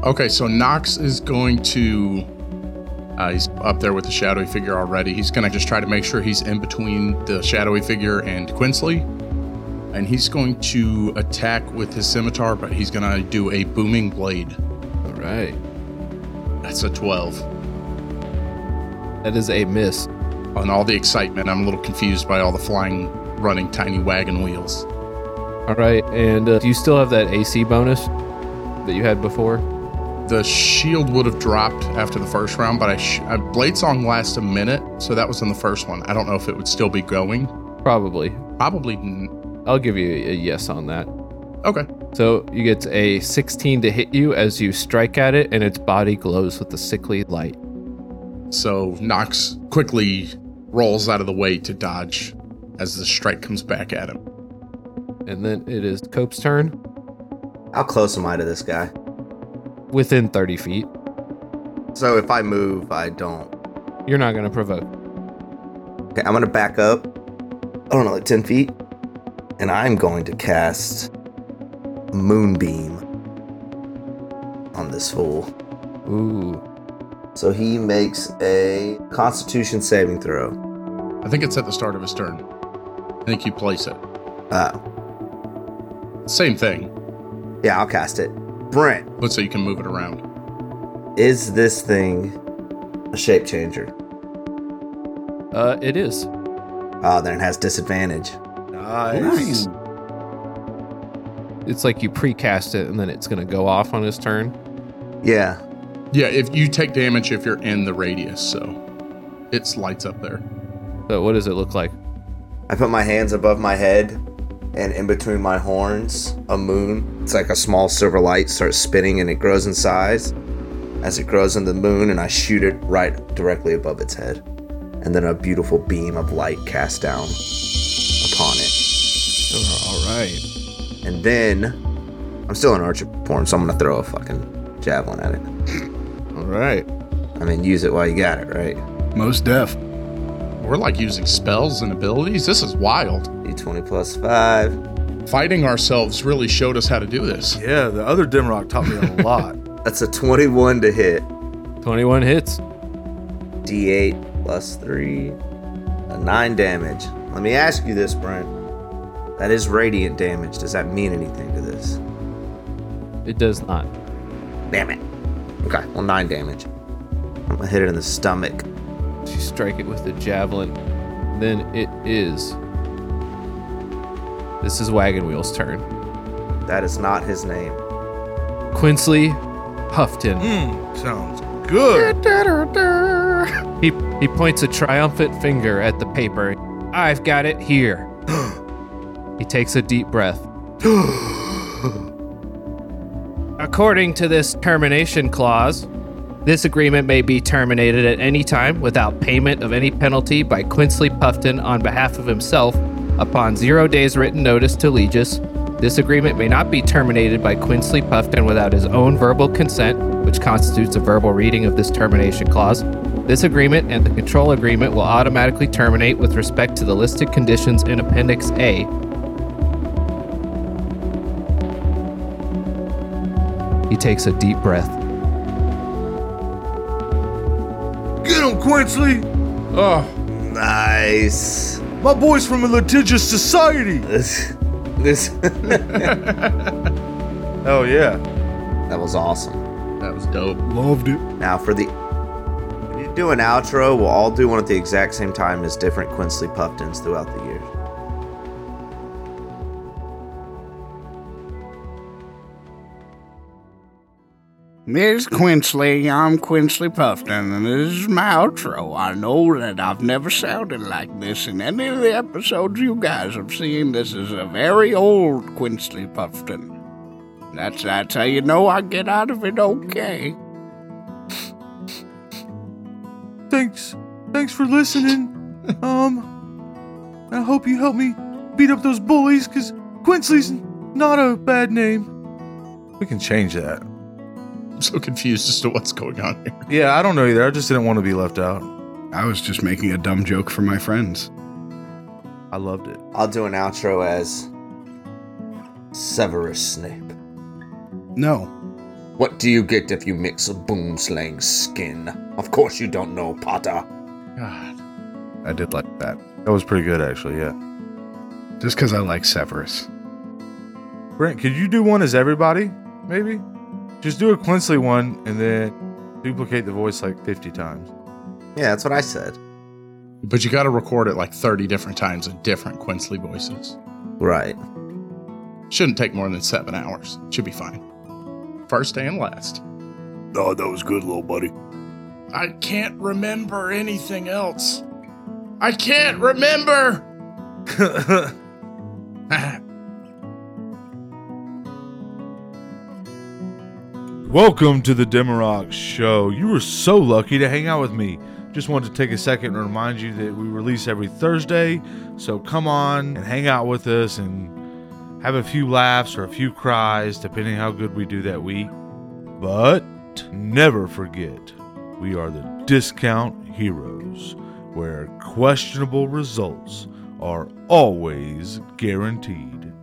Speaker 9: Okay, so Knox is going to. Uh, he's up there with the shadowy figure already. He's going to just try to make sure he's in between the shadowy figure and Quinsley. And he's going to attack with his scimitar, but he's going to do a booming blade. All
Speaker 3: right.
Speaker 9: That's a 12.
Speaker 3: That is a miss.
Speaker 9: On all the excitement, I'm a little confused by all the flying, running, tiny wagon wheels.
Speaker 3: All right, and uh, do you still have that AC bonus that you had before?
Speaker 9: The shield would have dropped after the first round, but I, sh- I Blade Song lasts a minute, so that was in the first one. I don't know if it would still be going.
Speaker 3: Probably.
Speaker 9: Probably. n-
Speaker 3: I'll give you a yes on that.
Speaker 9: Okay.
Speaker 3: So you get a 16 to hit you as you strike at it, and its body glows with a sickly light.
Speaker 9: So Knox quickly rolls out of the way to dodge as the strike comes back at him.
Speaker 3: And then it is Cope's turn
Speaker 2: How close am I to this guy?
Speaker 3: within 30 feet.
Speaker 2: So if I move, I don't.
Speaker 3: You're not going to provoke.
Speaker 2: Okay, I'm gonna back up. I don't know, like ten feet, and I'm going to cast Moonbeam on this fool.
Speaker 3: Ooh.
Speaker 2: So he makes a Constitution saving throw.
Speaker 9: I think it's at the start of his turn. I think you place it.
Speaker 2: Uh,
Speaker 9: Same thing.
Speaker 2: yeah, I'll cast it. Brent,
Speaker 9: Let's say you can move it around.
Speaker 2: is this thing a shape changer?
Speaker 3: Uh, it is.
Speaker 2: Ah, then it has disadvantage.
Speaker 8: Nice.
Speaker 3: It's like you precast it, and then it's going to go off on his turn.
Speaker 2: Yeah.
Speaker 9: Yeah, if you take damage if you're in the radius, so it's lights up there.
Speaker 3: So what does it look like?
Speaker 2: I put my hands above my head, and in between my horns, a moon. It's like a small silver light starts spinning and it grows in size. As it grows in the moon, and I shoot it right directly above its head. And then a beautiful beam of light cast down upon it.
Speaker 3: Oh, All right.
Speaker 2: And then I'm still in archer form, so I'm gonna throw a fucking javelin at it.
Speaker 3: All right.
Speaker 2: I mean, use it while you got it, right?
Speaker 11: Most deaf.
Speaker 9: We're like using spells and abilities. This is wild.
Speaker 2: D20 plus 5.
Speaker 9: Fighting ourselves really showed us how to do this.
Speaker 8: Yeah, the other Dimrock taught me a lot.
Speaker 2: That's a 21 to hit.
Speaker 3: 21 hits.
Speaker 2: d8 plus 3 a 9 damage let me ask you this brent that is radiant damage does that mean anything to this
Speaker 3: It does not.
Speaker 2: damn it okay well 9 damage i'm gonna hit it in the stomach
Speaker 3: You strike it with the javelin. Then it is. This is Wagon Wheel's turn.
Speaker 2: that is not his name
Speaker 3: Quinsley Puffton.
Speaker 8: Mm, sounds good.
Speaker 3: He, he points a triumphant finger at the paper. I've got it here. he takes a deep breath. According to this termination clause, this agreement may be terminated at any time without payment of any penalty by Quincy Puffton on behalf of himself upon zero days' written notice to Legis. This agreement may not be terminated by Quincy Puffton without his own verbal consent, which constitutes a verbal reading of this termination clause. This agreement and the control agreement will automatically terminate with respect to the listed conditions in Appendix A. He takes a deep breath.
Speaker 8: Get him, Quincy. Oh,
Speaker 2: nice
Speaker 8: my boy's from a litigious society.
Speaker 2: this this
Speaker 8: Oh yeah.
Speaker 2: that was awesome
Speaker 9: That was dope.
Speaker 5: Loved it.
Speaker 2: now for the
Speaker 8: It
Speaker 2: do an outro, we'll all do one at the exact same time as different Quincy Puffins throughout the years.
Speaker 11: Miss Quinsley, I'm Quinsley Puffin, and this is my outro. I know that I've never sounded like this in any of the episodes you guys have seen. This is a very old Quinsley Puffin. That's that's how you know I get out of it okay.
Speaker 14: Thanks. Thanks for listening. Um, I hope you help me beat up those bullies, because Quinsley's not a bad name.
Speaker 15: We can change that.
Speaker 9: I'm so confused as to what's going on here.
Speaker 15: Yeah, I don't know either. I just didn't want to be left out.
Speaker 16: I was just making a dumb joke for my friends.
Speaker 15: I loved it.
Speaker 2: I'll do an outro as Severus Snape.
Speaker 16: No.
Speaker 2: What do you get if you mix a boomslang skin? Of course you don't know, Potter.
Speaker 9: God.
Speaker 15: I did like that. That was pretty good, actually. Yeah.
Speaker 16: Just because I like Severus.
Speaker 15: Brent, could you do one as everybody? Maybe. Just do a Quincy one and then duplicate the voice like 50 times.
Speaker 2: Yeah, that's what I said.
Speaker 9: But you got to record it like 30 different times in different Quinsley voices.
Speaker 2: Right.
Speaker 9: Shouldn't take more than seven hours. Should be fine. First and last.
Speaker 17: Oh, that was good, little buddy.
Speaker 9: I can't remember anything else. I can't remember.
Speaker 8: Welcome to the Demarog Show. You were so lucky to hang out with me. Just wanted to take a second and remind you that we release every Thursday. So come on and hang out with us and have a few laughs or a few cries, depending how good we do that week. But never forget, we are the Discount Heroes, where questionable results are always guaranteed.